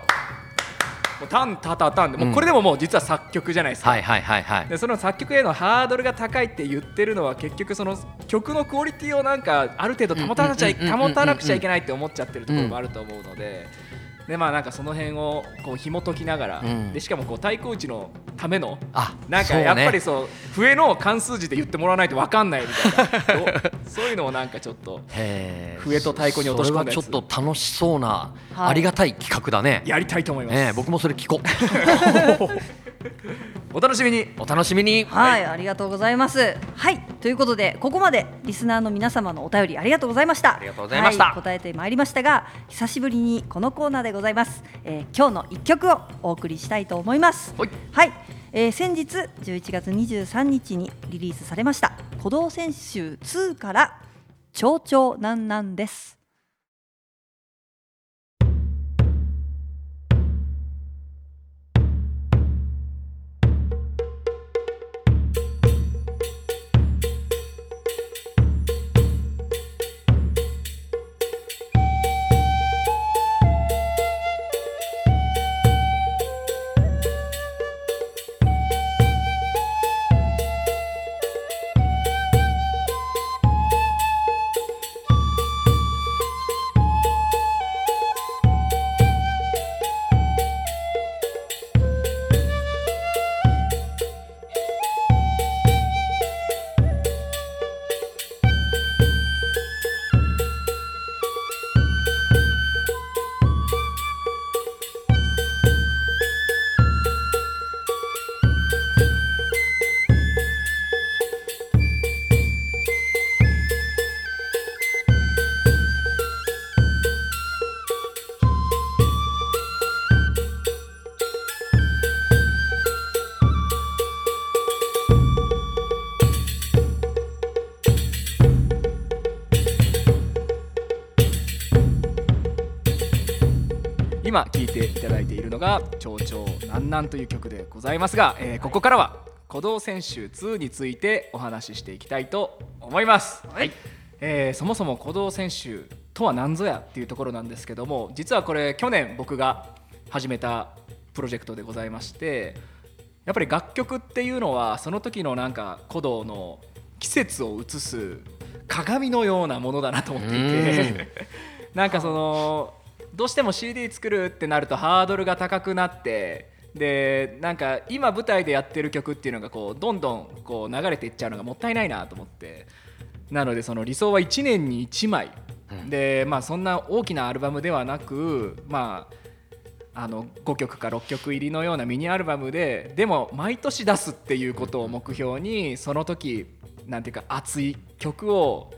[SPEAKER 1] うタンタタタンでもうこれでももう実は作曲じゃないですか、
[SPEAKER 3] はいはいはいはい
[SPEAKER 1] でその作曲へのハードルが高いって言ってるのは結局その曲のクオリティをなんかある程度保たなちゃい
[SPEAKER 3] うんうんうんうんうん
[SPEAKER 1] 保たなくちゃいけないって思っちゃってるところもあると思うので。でまあ、なんかその辺をこう紐解きながら、
[SPEAKER 3] うん
[SPEAKER 1] でしかもこう対抗打ちのための
[SPEAKER 3] あ
[SPEAKER 1] なんか
[SPEAKER 3] そうね
[SPEAKER 1] やっぱりそう笛の関数字で言ってもらわないと分かんないみたいな おそういうのをなんかちょっと
[SPEAKER 3] へー
[SPEAKER 1] 笛と太鼓に落とし込んだやつ
[SPEAKER 3] それはちょっと楽しそうな、
[SPEAKER 2] はい
[SPEAKER 3] ありがたい企画だね
[SPEAKER 1] やりたいと思います、
[SPEAKER 3] ねえ僕もそれ聞こ
[SPEAKER 1] お楽しみに
[SPEAKER 3] うお楽しみに
[SPEAKER 2] はい、ありがとうございます。はい、ということで、ここまでリスナーの皆様のお便りありがとうございました。あ
[SPEAKER 3] りがとうございました
[SPEAKER 2] 答えてまいりましたが、久しぶりにこのコーナーでございます。えー今日の一曲をお送りしたいと思います。
[SPEAKER 3] はい
[SPEAKER 2] はい、えー先日11月23日にリリースされました。鼓動選手2から蝶々なんなんです。
[SPEAKER 1] 今聴いていただいているのが「蝶々なんなん」という曲でございますが、えーここからは鼓動選手2についてお話ししていきたいと思います。
[SPEAKER 3] はい
[SPEAKER 1] えーそもそも鼓動選手とは何ぞやっていうところなんですけども実はこれ去年僕が始めたプロジェクトでございましてやっぱり楽曲っていうのはその時のなんか鼓動の季節を映す鏡のようなものだなと思っていてなんかそのどうしても CD 作るってなるとハードルが高くなってでなんか今舞台でやってる曲っていうのがこうどんどんこう流れていっちゃうのがもったいないなと思ってなのでその理想は1年に1枚、
[SPEAKER 3] うん
[SPEAKER 1] でまあそんな大きなアルバムではなくまああの5曲か6曲入りのようなミニアルバムででも毎年出すっていうことを目標にその時なんていうか熱い曲を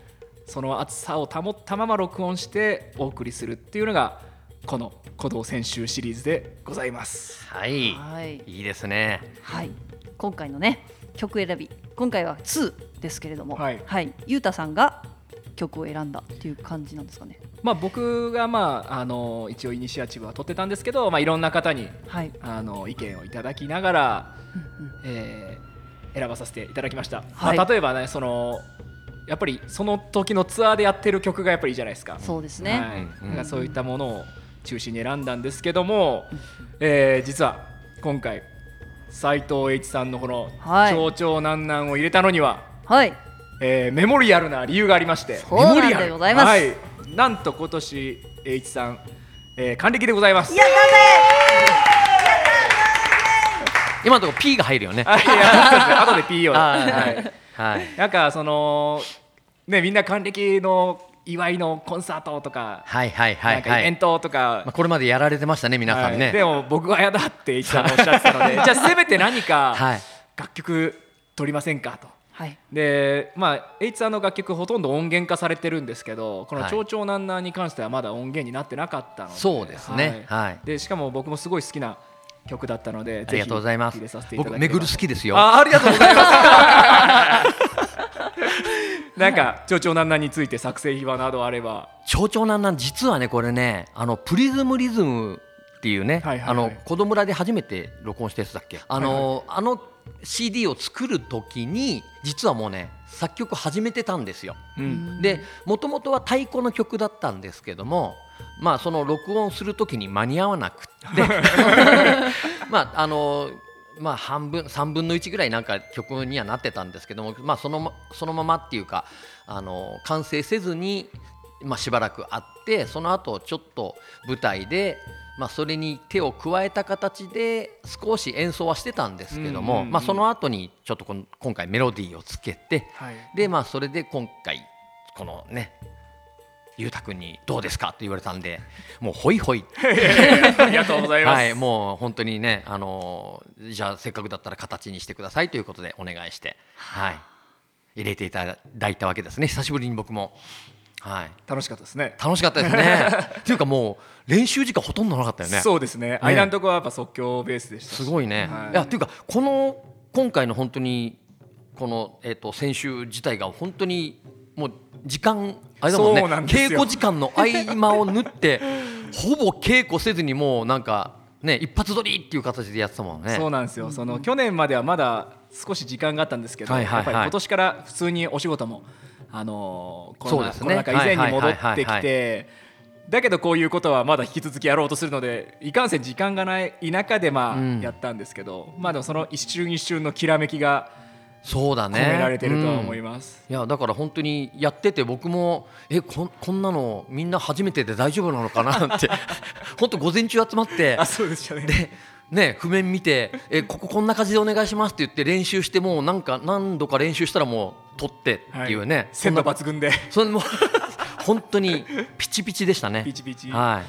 [SPEAKER 1] その熱さを保ったまま録音してお送りするっていうのがこの「鼓動選集」シリーズでございます。
[SPEAKER 3] はい
[SPEAKER 2] はい、
[SPEAKER 3] いいですね
[SPEAKER 2] はい、今回のね、曲選び、今回は2ですけれども、
[SPEAKER 1] はい
[SPEAKER 2] ゆうたさんが曲を選んだっていう感じなんですかね。
[SPEAKER 1] まあ、僕が、まあ、あの一応イニシアチブは取ってたんですけど、まあ、いろんな方に
[SPEAKER 2] はい、
[SPEAKER 1] あの意見をいただきながら、
[SPEAKER 2] うんうん
[SPEAKER 1] えー選ばさせていただきました、
[SPEAKER 2] はい
[SPEAKER 1] まあ、例えばねそのやっぱりその時のツアーでやってる曲がやっぱりいいじゃないですか
[SPEAKER 2] そうです
[SPEAKER 1] はい
[SPEAKER 2] ね。
[SPEAKER 3] うん
[SPEAKER 1] なんかそういったものを中心に選んだんですけども、えー実は今回斎藤栄一さんのこの
[SPEAKER 2] は
[SPEAKER 1] 「
[SPEAKER 2] い
[SPEAKER 1] 蝶々なんなん」を入れたのには、
[SPEAKER 2] はい、
[SPEAKER 1] えーメモリアルな理由がありまして
[SPEAKER 2] そうなんで
[SPEAKER 1] メモリアル
[SPEAKER 2] ございます
[SPEAKER 1] はい、なんと今年栄一さん、えー還暦でございます
[SPEAKER 2] や
[SPEAKER 3] 今のところ P が入るよね
[SPEAKER 1] あいやそうですね後で P を
[SPEAKER 3] はい
[SPEAKER 1] はい
[SPEAKER 3] はい
[SPEAKER 1] なんかそのねみんな還暦の祝いのコンサートとか、
[SPEAKER 3] はいはいは
[SPEAKER 1] ないんか
[SPEAKER 3] は
[SPEAKER 1] イベン
[SPEAKER 3] い
[SPEAKER 1] トとか
[SPEAKER 3] まあ、これまでやられてましたね皆さ
[SPEAKER 1] は
[SPEAKER 3] んね
[SPEAKER 1] いでも僕は嫌だって一 さんおっしゃってたのでじゃあせめて何
[SPEAKER 3] は
[SPEAKER 1] か
[SPEAKER 3] い
[SPEAKER 1] 楽曲取りませんかと。
[SPEAKER 2] はい、
[SPEAKER 1] でまあ、H さんの楽曲ほとんど音源化されてるんですけどこの「
[SPEAKER 3] はい
[SPEAKER 1] 蝶々なんなん」に関してはまだ音源になってなかったので
[SPEAKER 3] そうですねはい
[SPEAKER 1] でしかも僕もすごい好きな曲だったので
[SPEAKER 3] ありがとうございま
[SPEAKER 1] ぜひ入れさせ
[SPEAKER 3] す
[SPEAKER 1] ていただ
[SPEAKER 3] 僕
[SPEAKER 1] けれ
[SPEAKER 3] め
[SPEAKER 1] ば
[SPEAKER 3] ぐる好きですよ
[SPEAKER 1] あありがとうござい ます。なんか蝶々なんなんについて作成秘話などあれば、
[SPEAKER 3] 蝶々なんなん実はねこれねあのプリズムリズムっていうね、
[SPEAKER 1] はいはいはい
[SPEAKER 3] あの子供村で初めて録音したやつだっけあの、あの CD を作る時に実はもうね作曲始めてたんですよ
[SPEAKER 1] うん、
[SPEAKER 3] でもともとは太鼓の曲だったんですけどもまあ、その録音するときに間に合わなくって まああのまあ、半分3分の1ぐらいなんか曲にはなってたんですけども、まあ、そのまそのままっていうかあの完成せずに、まあ、しばらくあってその後ちょっと舞台で、まあ、それに手を加えた形で少し演奏はしてたんですけども、
[SPEAKER 1] うんうんうん
[SPEAKER 3] まあ、その後にちょっとこの今回メロディーをつけて
[SPEAKER 1] はい
[SPEAKER 3] でまあそれで今回このねゆうたくんにどうですかって言われたんでもうほいほい、
[SPEAKER 1] ありがとうございます、
[SPEAKER 3] はい、もう本当にねあのーじゃあせっかくだったら形にしてくださいということでお願いして、はい、入れていただいたわけですね久しぶりに僕も、はい、
[SPEAKER 1] 楽しかったですね
[SPEAKER 3] 楽しかったで すねっていうかもう練習時間ほとんどなかったよね
[SPEAKER 1] そうですね間のとこはやっぱ即興ベースでした
[SPEAKER 3] すごいね、
[SPEAKER 1] はい
[SPEAKER 3] い、やっていうかこの今回の本当にこの、えー、と先週自体が本当にもう時間あれだもんね
[SPEAKER 1] そうなんですよ
[SPEAKER 3] 稽古時間の合間を縫ってほぼ稽古せずにもうなんかね一発撮りっていう形でやってたもんね
[SPEAKER 1] そうなんですよ、その去年まではまだ少し時間があったんですけど、
[SPEAKER 3] はいはいはい
[SPEAKER 1] やっぱり今年から普通にお仕事も、あのーコロナ
[SPEAKER 3] そうですね
[SPEAKER 1] コロナ禍以前に戻
[SPEAKER 3] はいは
[SPEAKER 1] っ
[SPEAKER 3] い
[SPEAKER 1] て
[SPEAKER 3] はい
[SPEAKER 1] き
[SPEAKER 3] はい
[SPEAKER 1] て、だけどこういうことはまだ引き続きやろうとするので、いかんせん時間がない田舎でま
[SPEAKER 3] うん
[SPEAKER 1] あやったんですけど、まあでもその一瞬一瞬のきらめきが
[SPEAKER 3] そうだ
[SPEAKER 1] 込
[SPEAKER 3] ね
[SPEAKER 1] められてるとは
[SPEAKER 3] うん
[SPEAKER 1] 思います。
[SPEAKER 3] いやだから本当にやってて僕もえこんこんなのみんな初めてで大丈夫なのかなって 本当午前中集まって
[SPEAKER 1] あ、そうでしたね。
[SPEAKER 3] ね、譜面見てえこここんな感じでお願いしますって言って練習してもうなんか何度か練習したらもう取ってっていうね、そ
[SPEAKER 1] 鮮
[SPEAKER 3] ん
[SPEAKER 1] 度
[SPEAKER 3] な
[SPEAKER 1] 抜群で
[SPEAKER 3] そんなもう 本当にピチピチでしたね。
[SPEAKER 1] ピチピチ。
[SPEAKER 3] は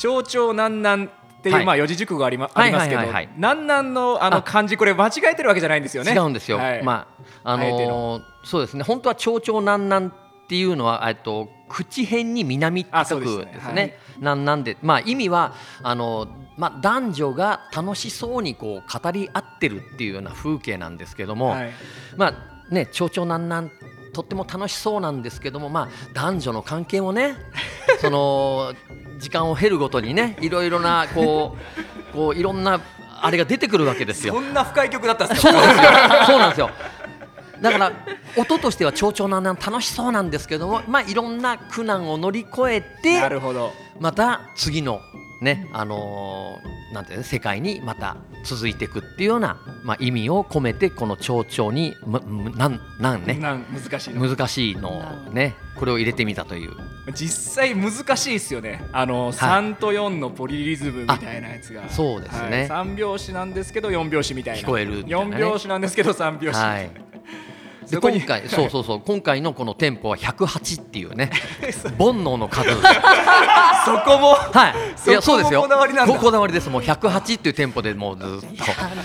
[SPEAKER 1] 長々南南っていう、
[SPEAKER 3] はい
[SPEAKER 1] まあ四字熟語ありまあ
[SPEAKER 3] はい
[SPEAKER 1] りま
[SPEAKER 3] はい
[SPEAKER 1] すけど、
[SPEAKER 3] はい
[SPEAKER 1] 南
[SPEAKER 3] はい
[SPEAKER 1] 南のあ
[SPEAKER 3] あ
[SPEAKER 1] の漢字これ間違えてるわけじゃないんです
[SPEAKER 3] い
[SPEAKER 1] よね。
[SPEAKER 3] 違うんですよ、
[SPEAKER 1] はい
[SPEAKER 3] まああの
[SPEAKER 1] あえて
[SPEAKER 3] ーそうですね本当は「長々なんなん」っていうのはえっと口辺に南って
[SPEAKER 1] あそ
[SPEAKER 3] 書
[SPEAKER 1] う
[SPEAKER 3] く
[SPEAKER 1] ですね
[SPEAKER 3] ですね。なんなんでまあ意味はあのーまあ男女が楽しそうにこう語り合ってるっていうような風景なんですけども、
[SPEAKER 1] はい
[SPEAKER 3] まあね、ちょうちょうなんなんとっても楽しそうなんですけども、まあ、男女の関係 もねその時間を経るごとにねいろいろなこうこういろんなあれが出てくるわけですよ。
[SPEAKER 1] そんな深い曲だったんです
[SPEAKER 3] そ
[SPEAKER 1] か
[SPEAKER 3] うなんですよ。そうなんですよ。だから音としては蝶々なんなん楽しそうなんですけども、まあいろんな苦難を乗り越え
[SPEAKER 1] な
[SPEAKER 3] て、
[SPEAKER 1] るほど
[SPEAKER 3] また次のねあのーなんていうの世界にまた続いていくっていうようなまあ意味を込めてこの蝶々にむむなんなんね
[SPEAKER 1] なん難しいの
[SPEAKER 3] 難しいのをねこれを入れてみたという。
[SPEAKER 1] 実際難しいですよねあの、3と4のポリリズムみたいなやつが
[SPEAKER 3] そうですね
[SPEAKER 1] はい、3拍子なんですけど4拍子みたいな
[SPEAKER 3] 聞こえるみたいなね
[SPEAKER 1] 4拍子なんですけど3拍子みた
[SPEAKER 3] はいい
[SPEAKER 1] な、。
[SPEAKER 3] で
[SPEAKER 1] そこに
[SPEAKER 3] 今回そうそうそう今回のこのテンポは108っていうね煩悩 の数。
[SPEAKER 1] そこも
[SPEAKER 3] はい。いや
[SPEAKER 1] そこも
[SPEAKER 3] そうですよ。
[SPEAKER 1] こだわりなんだ
[SPEAKER 3] ここだわりです。もう108っていうテンポでもうずっと。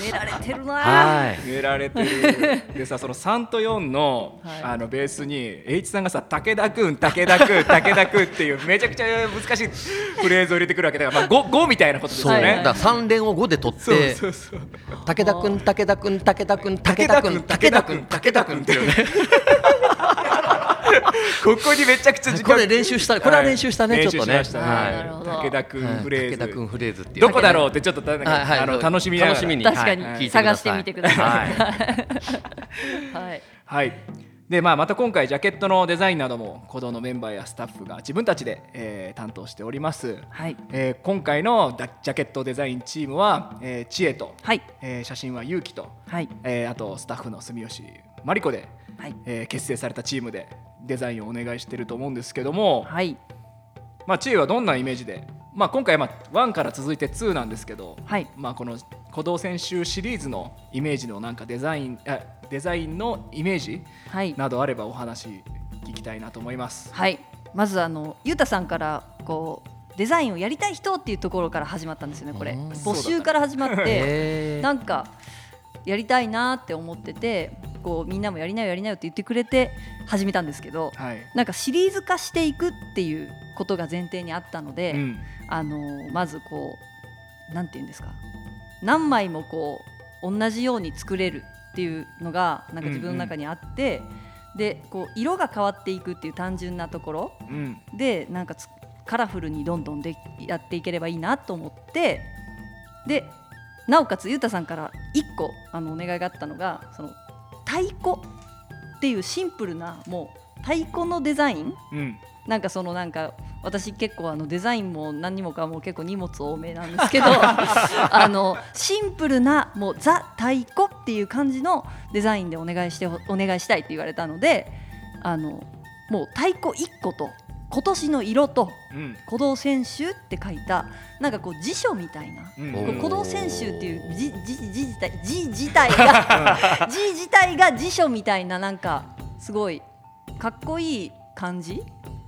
[SPEAKER 2] 寝られてるな
[SPEAKER 3] はい。
[SPEAKER 1] 塗られてるでさその3と4の,、
[SPEAKER 2] はい
[SPEAKER 1] あのベースに栄一さんがさ「武田君武田 君武田君」っていうめちゃくちゃ難しいフレーズを入れてくるわけだから、まあ、5, 5みたいなことです
[SPEAKER 3] そう。
[SPEAKER 1] よ
[SPEAKER 2] はい
[SPEAKER 1] ね。
[SPEAKER 3] だから3連を5で取っ
[SPEAKER 1] そう
[SPEAKER 3] て
[SPEAKER 1] そ。うそう
[SPEAKER 3] 武田君武田君武田君武
[SPEAKER 1] 武
[SPEAKER 3] 田
[SPEAKER 1] 田
[SPEAKER 3] 君
[SPEAKER 1] 君
[SPEAKER 3] 武
[SPEAKER 1] 武
[SPEAKER 3] 田
[SPEAKER 1] 田
[SPEAKER 3] 君
[SPEAKER 1] 君
[SPEAKER 3] 武田君っていうね。
[SPEAKER 1] ここにめちゃくちゃ時間
[SPEAKER 3] これ練習したこれは練習したね
[SPEAKER 1] はい
[SPEAKER 3] ちょっとね
[SPEAKER 1] 練習しました
[SPEAKER 2] はいなるほど
[SPEAKER 1] 武田君フレーズ、
[SPEAKER 3] 武田君フレーズっていうね。
[SPEAKER 1] どこだろうってちょっとなんか
[SPEAKER 3] はいはい
[SPEAKER 1] あの楽しみながら
[SPEAKER 3] 楽しみに
[SPEAKER 2] 確かに
[SPEAKER 3] はい聞いください
[SPEAKER 2] 探してみてください
[SPEAKER 3] は
[SPEAKER 2] はい
[SPEAKER 1] はいでまあ、また今回ジャケットのデザインなども鼓動のメンバーやスタッフが自分たちで、えー担当しております、
[SPEAKER 2] はい
[SPEAKER 1] えー今回のだジャケットデザインチームは、えー、知恵と、
[SPEAKER 2] はい
[SPEAKER 1] えー写真は勇気と、
[SPEAKER 2] はい
[SPEAKER 1] えーあとスタッフの住吉真理子で、
[SPEAKER 2] はい
[SPEAKER 1] えー結成されたチームでデザインをお願いしてると思うんですけども、
[SPEAKER 2] はい
[SPEAKER 1] まあ、知恵はどんなイメージで、まあ、今回まあ1から続いて2なんですけど、
[SPEAKER 2] はい
[SPEAKER 1] まあ、この「鼓動選集」シリーズのイメージのなんかデザインあデザインのイメージ
[SPEAKER 2] はい
[SPEAKER 1] などあればお話聞きたいなと思います。
[SPEAKER 2] はいまずあのゆうたさんからこうデザインをやりたい人っていうところから始まったんですよねこれ
[SPEAKER 3] うん
[SPEAKER 2] 募集から始まっ
[SPEAKER 3] い。
[SPEAKER 2] て
[SPEAKER 3] へー
[SPEAKER 2] なんかやりたいなって思っててこうみんなもやりなよやりなよって言ってくれて始めたんですけど
[SPEAKER 1] はい、
[SPEAKER 2] なんかシリーズ化していくっていうことが前提にあったので、
[SPEAKER 1] うん
[SPEAKER 2] あのまずこうなんて言うんですか何枚もこう同じように作れるっていうのがなんか自分の中にあって、でこう色が変わっていくっていう単純なところ
[SPEAKER 1] うん
[SPEAKER 2] でなんかつカラフルにどんどんでやっていければいいなと思ってでなおかつゆうたさんから1個あのお願いがあったのがその太鼓っていうシンプルなもう太鼓のデザイン
[SPEAKER 1] うん
[SPEAKER 2] なんかそのなんか私結構あのデザインも何にもかも結構荷物多めなんですけどあのシンプルなもうザ太鼓っていう感じのデザインでお願いしてほお願いしたいって言われたのであのもう太鼓1個と今年の色と
[SPEAKER 1] うん
[SPEAKER 2] 鼓動選手って書いたなんかこう辞書みたいな
[SPEAKER 1] うん
[SPEAKER 3] お
[SPEAKER 2] これ
[SPEAKER 3] ー
[SPEAKER 2] 鼓動選手っていう字字字自体字自 体が 字自体が辞書みたいななんかすごいかっこいい感じ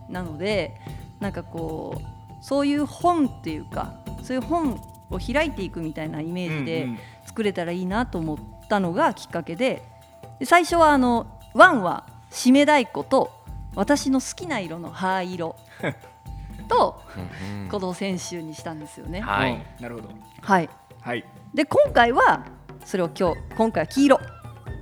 [SPEAKER 2] なのでなんかこうそういう本っていうかそういう本を開いていくみたいなイメージで作れたらいいなと思ったのがきっかけでで最初はあの「ワン」は締め太鼓と私の好きな色の灰色 と
[SPEAKER 3] うんうん
[SPEAKER 2] 鼓動選手にしたんですよね。
[SPEAKER 3] は
[SPEAKER 1] う
[SPEAKER 3] い、
[SPEAKER 1] んなるほど
[SPEAKER 2] はい
[SPEAKER 1] はい
[SPEAKER 2] で今回はそれを今日今回は黄色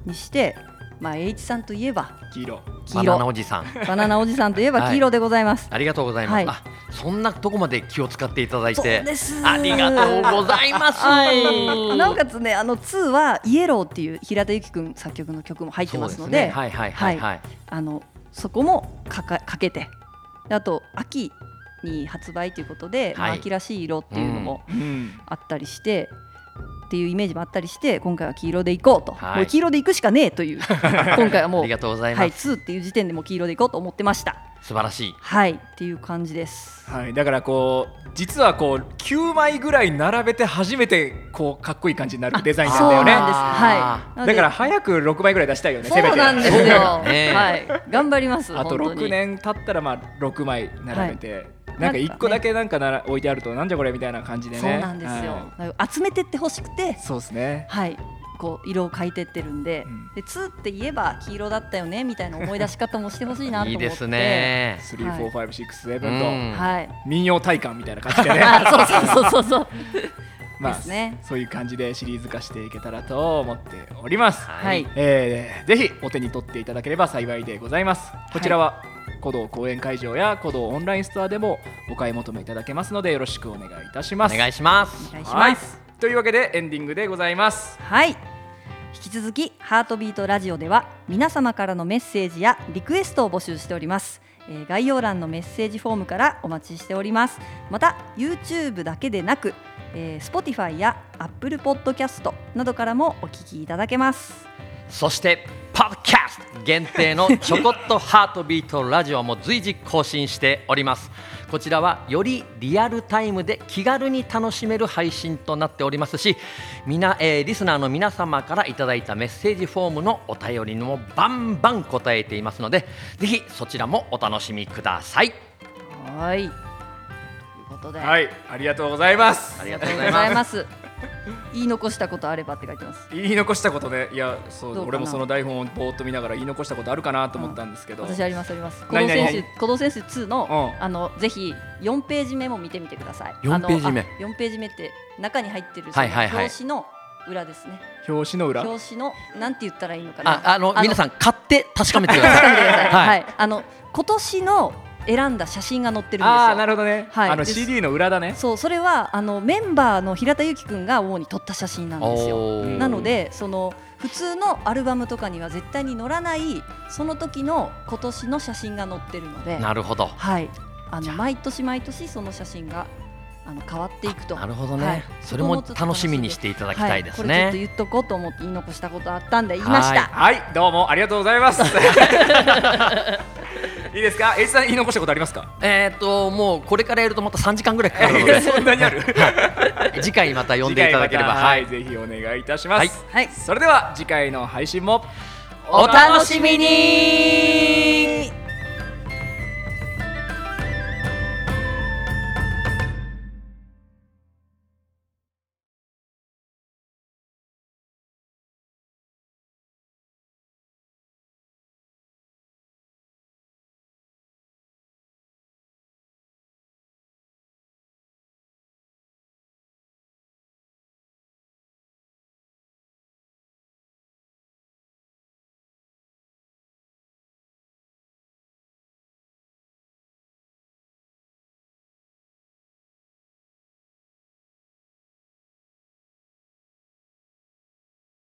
[SPEAKER 2] にしてまあ栄一さんといえば
[SPEAKER 1] 黄色
[SPEAKER 2] 黄
[SPEAKER 3] バナナ
[SPEAKER 2] 色
[SPEAKER 3] おじさん
[SPEAKER 2] バナナおじさんといえば黄色でございます、
[SPEAKER 3] ありがとうございます、
[SPEAKER 2] はい
[SPEAKER 3] あそんなとこまで気を使っていただい
[SPEAKER 2] そう
[SPEAKER 3] て
[SPEAKER 2] です
[SPEAKER 3] ありがとうございます、
[SPEAKER 2] なおかつねあの2はイエローっていう平田由紀くん作曲の曲も入って
[SPEAKER 3] そう
[SPEAKER 2] ま
[SPEAKER 3] ですす
[SPEAKER 2] の
[SPEAKER 3] ね
[SPEAKER 2] で
[SPEAKER 3] はいはいはいはい、
[SPEAKER 2] あのそこもかかかけてであと秋に発売ということで、まあ
[SPEAKER 3] はい
[SPEAKER 2] 秋らしい色っていうのも
[SPEAKER 1] うん
[SPEAKER 2] あったりして、っていうイメージもあったりして今回は黄色でいこうと、
[SPEAKER 3] はい
[SPEAKER 2] もう黄色でいくしかねえと いう今回はも
[SPEAKER 3] あ
[SPEAKER 2] う
[SPEAKER 3] りがとうございます、
[SPEAKER 2] はい、2っていう時点でもう黄色でいこうと思ってました。
[SPEAKER 3] 素晴らしい
[SPEAKER 2] はい、っていう感じです。
[SPEAKER 1] はいだからこう実はこう9枚ぐらい並べて初めてこうかっこいい感じになるデザインなんだよ
[SPEAKER 2] そうなん
[SPEAKER 1] ね
[SPEAKER 2] です。
[SPEAKER 3] あ
[SPEAKER 2] はい。なので
[SPEAKER 1] だから早く6枚ぐらい出したいよね
[SPEAKER 2] そ
[SPEAKER 1] せめ
[SPEAKER 2] う
[SPEAKER 1] て
[SPEAKER 2] なんですよ。
[SPEAKER 3] ね
[SPEAKER 2] はい、頑張りま す。
[SPEAKER 1] あと
[SPEAKER 2] 本当に
[SPEAKER 1] 6。年経ったらまあ6枚並べて、なんか1個だけなんかなら置いてあるとなんじゃこれみたいな感じでね
[SPEAKER 2] そうなんですよ。
[SPEAKER 1] は
[SPEAKER 2] だから集めてってほしくて
[SPEAKER 1] い、そうですね
[SPEAKER 2] はい、こう色を変えてってるんで、
[SPEAKER 1] うん
[SPEAKER 2] で2って言えば黄色だったよねみたいな思い出し方もしてほしいな
[SPEAKER 3] あ
[SPEAKER 2] と
[SPEAKER 3] い
[SPEAKER 2] 思
[SPEAKER 3] い
[SPEAKER 2] って。
[SPEAKER 3] です。ね
[SPEAKER 1] 345677と、
[SPEAKER 3] うん
[SPEAKER 2] はい。
[SPEAKER 1] 民謡体感みたいな感じでね
[SPEAKER 2] あ、そうそうそうそ うそう。
[SPEAKER 1] まあ
[SPEAKER 2] ですね
[SPEAKER 1] そういう感じでシリーズ化していけたらと思っております、
[SPEAKER 2] はい。
[SPEAKER 1] えーぜひお手に取っていただければ幸いでございますこちらは古道公演会場や古道オンラインストアでもお買い求めいただけますのでよろしくお願いいたし
[SPEAKER 3] お
[SPEAKER 1] ます
[SPEAKER 3] 願いします
[SPEAKER 2] お願いします。
[SPEAKER 1] はい、というわけでエンディングでございます
[SPEAKER 2] はい引き続き「ハートビートラジオ」では皆様からのメッセージやリクエストを募集しております、えー概要欄のメッセージフォームからお待ちしておりますまた YouTube だけでなく、えー Spotify や Apple Podcast などからもお聞きいただけます
[SPEAKER 3] そして、パッキャスト限定のちょこっとハートビートラジオも随時更新しております。こちらはよりリアルタイムで気軽に楽しめる配信となっておりますし、みなえーリスナーの皆様からいただいたメッセージフォームのお便りにもバンバン答えていますので、ぜひそちらもお楽しみください。
[SPEAKER 2] はいということで、
[SPEAKER 1] はいありがとうございます
[SPEAKER 3] あ
[SPEAKER 2] あ
[SPEAKER 3] り
[SPEAKER 2] り
[SPEAKER 3] が
[SPEAKER 2] が
[SPEAKER 3] と
[SPEAKER 2] と
[SPEAKER 3] う
[SPEAKER 2] う
[SPEAKER 3] ご
[SPEAKER 2] ご
[SPEAKER 3] ざ
[SPEAKER 2] ざ
[SPEAKER 3] い
[SPEAKER 2] い
[SPEAKER 3] ます。
[SPEAKER 2] ます 言い残したことあればって書いてます
[SPEAKER 1] 言い残したことねいやそう
[SPEAKER 2] どうかな
[SPEAKER 1] 俺もその台本をぼーっと見ながら言い残したことあるかなと思ったんですけど、
[SPEAKER 2] 私ありますあります。鼓動
[SPEAKER 1] 何々
[SPEAKER 2] 選手、鼓動選手2の、
[SPEAKER 1] う
[SPEAKER 2] あのぜひ4ページ目も見てみてください。
[SPEAKER 3] 4ページ目
[SPEAKER 2] あの。あ4ページ目って中に入ってるそ
[SPEAKER 3] は
[SPEAKER 2] の
[SPEAKER 3] いはいはい
[SPEAKER 2] 表紙の裏ですね。
[SPEAKER 1] 表紙の裏
[SPEAKER 2] 表紙のなんて言ったらいいのか
[SPEAKER 3] あ、
[SPEAKER 2] な。
[SPEAKER 3] あの皆さ
[SPEAKER 2] ん
[SPEAKER 3] ん買って確かめてく
[SPEAKER 2] 確
[SPEAKER 3] ださい。
[SPEAKER 2] かめてください。
[SPEAKER 3] はい
[SPEAKER 2] はい。あの今年の選んだ写真が載ってるんですよ。
[SPEAKER 1] ああなるほどね、
[SPEAKER 2] はい
[SPEAKER 1] あの
[SPEAKER 2] です
[SPEAKER 1] CD の裏だね
[SPEAKER 2] そうそれはあのメンバーの平田由紀くんが主に撮った写真なんですよ。
[SPEAKER 3] おー
[SPEAKER 2] なのでその普通のアルバムとかには絶対に載らないその時の今年の写真が載ってるので。
[SPEAKER 3] なるほど。
[SPEAKER 2] はい、あ
[SPEAKER 3] じ
[SPEAKER 2] の
[SPEAKER 3] ゃあ
[SPEAKER 2] 毎年毎年その写真があの変わっていくと。
[SPEAKER 3] なるほどね、
[SPEAKER 2] はい
[SPEAKER 3] それも楽しみにしていただきたいです
[SPEAKER 2] はい、これち
[SPEAKER 3] ね。
[SPEAKER 2] ょっと言っとこうと思って言い残したことあったんで言いました。
[SPEAKER 1] はいどうもありがとうございます いいですか H さん言い残したことありますか
[SPEAKER 3] えっ、ともうこれからやるとまた3時間ぐらいかかるの
[SPEAKER 1] そんなにある
[SPEAKER 3] で次回また呼んでいただけれ
[SPEAKER 1] 次回
[SPEAKER 3] ば
[SPEAKER 1] また
[SPEAKER 3] は
[SPEAKER 1] はいい、ぜひお願いいたします、
[SPEAKER 3] はい
[SPEAKER 2] はい
[SPEAKER 1] それでは次回の配信も
[SPEAKER 3] お楽しみに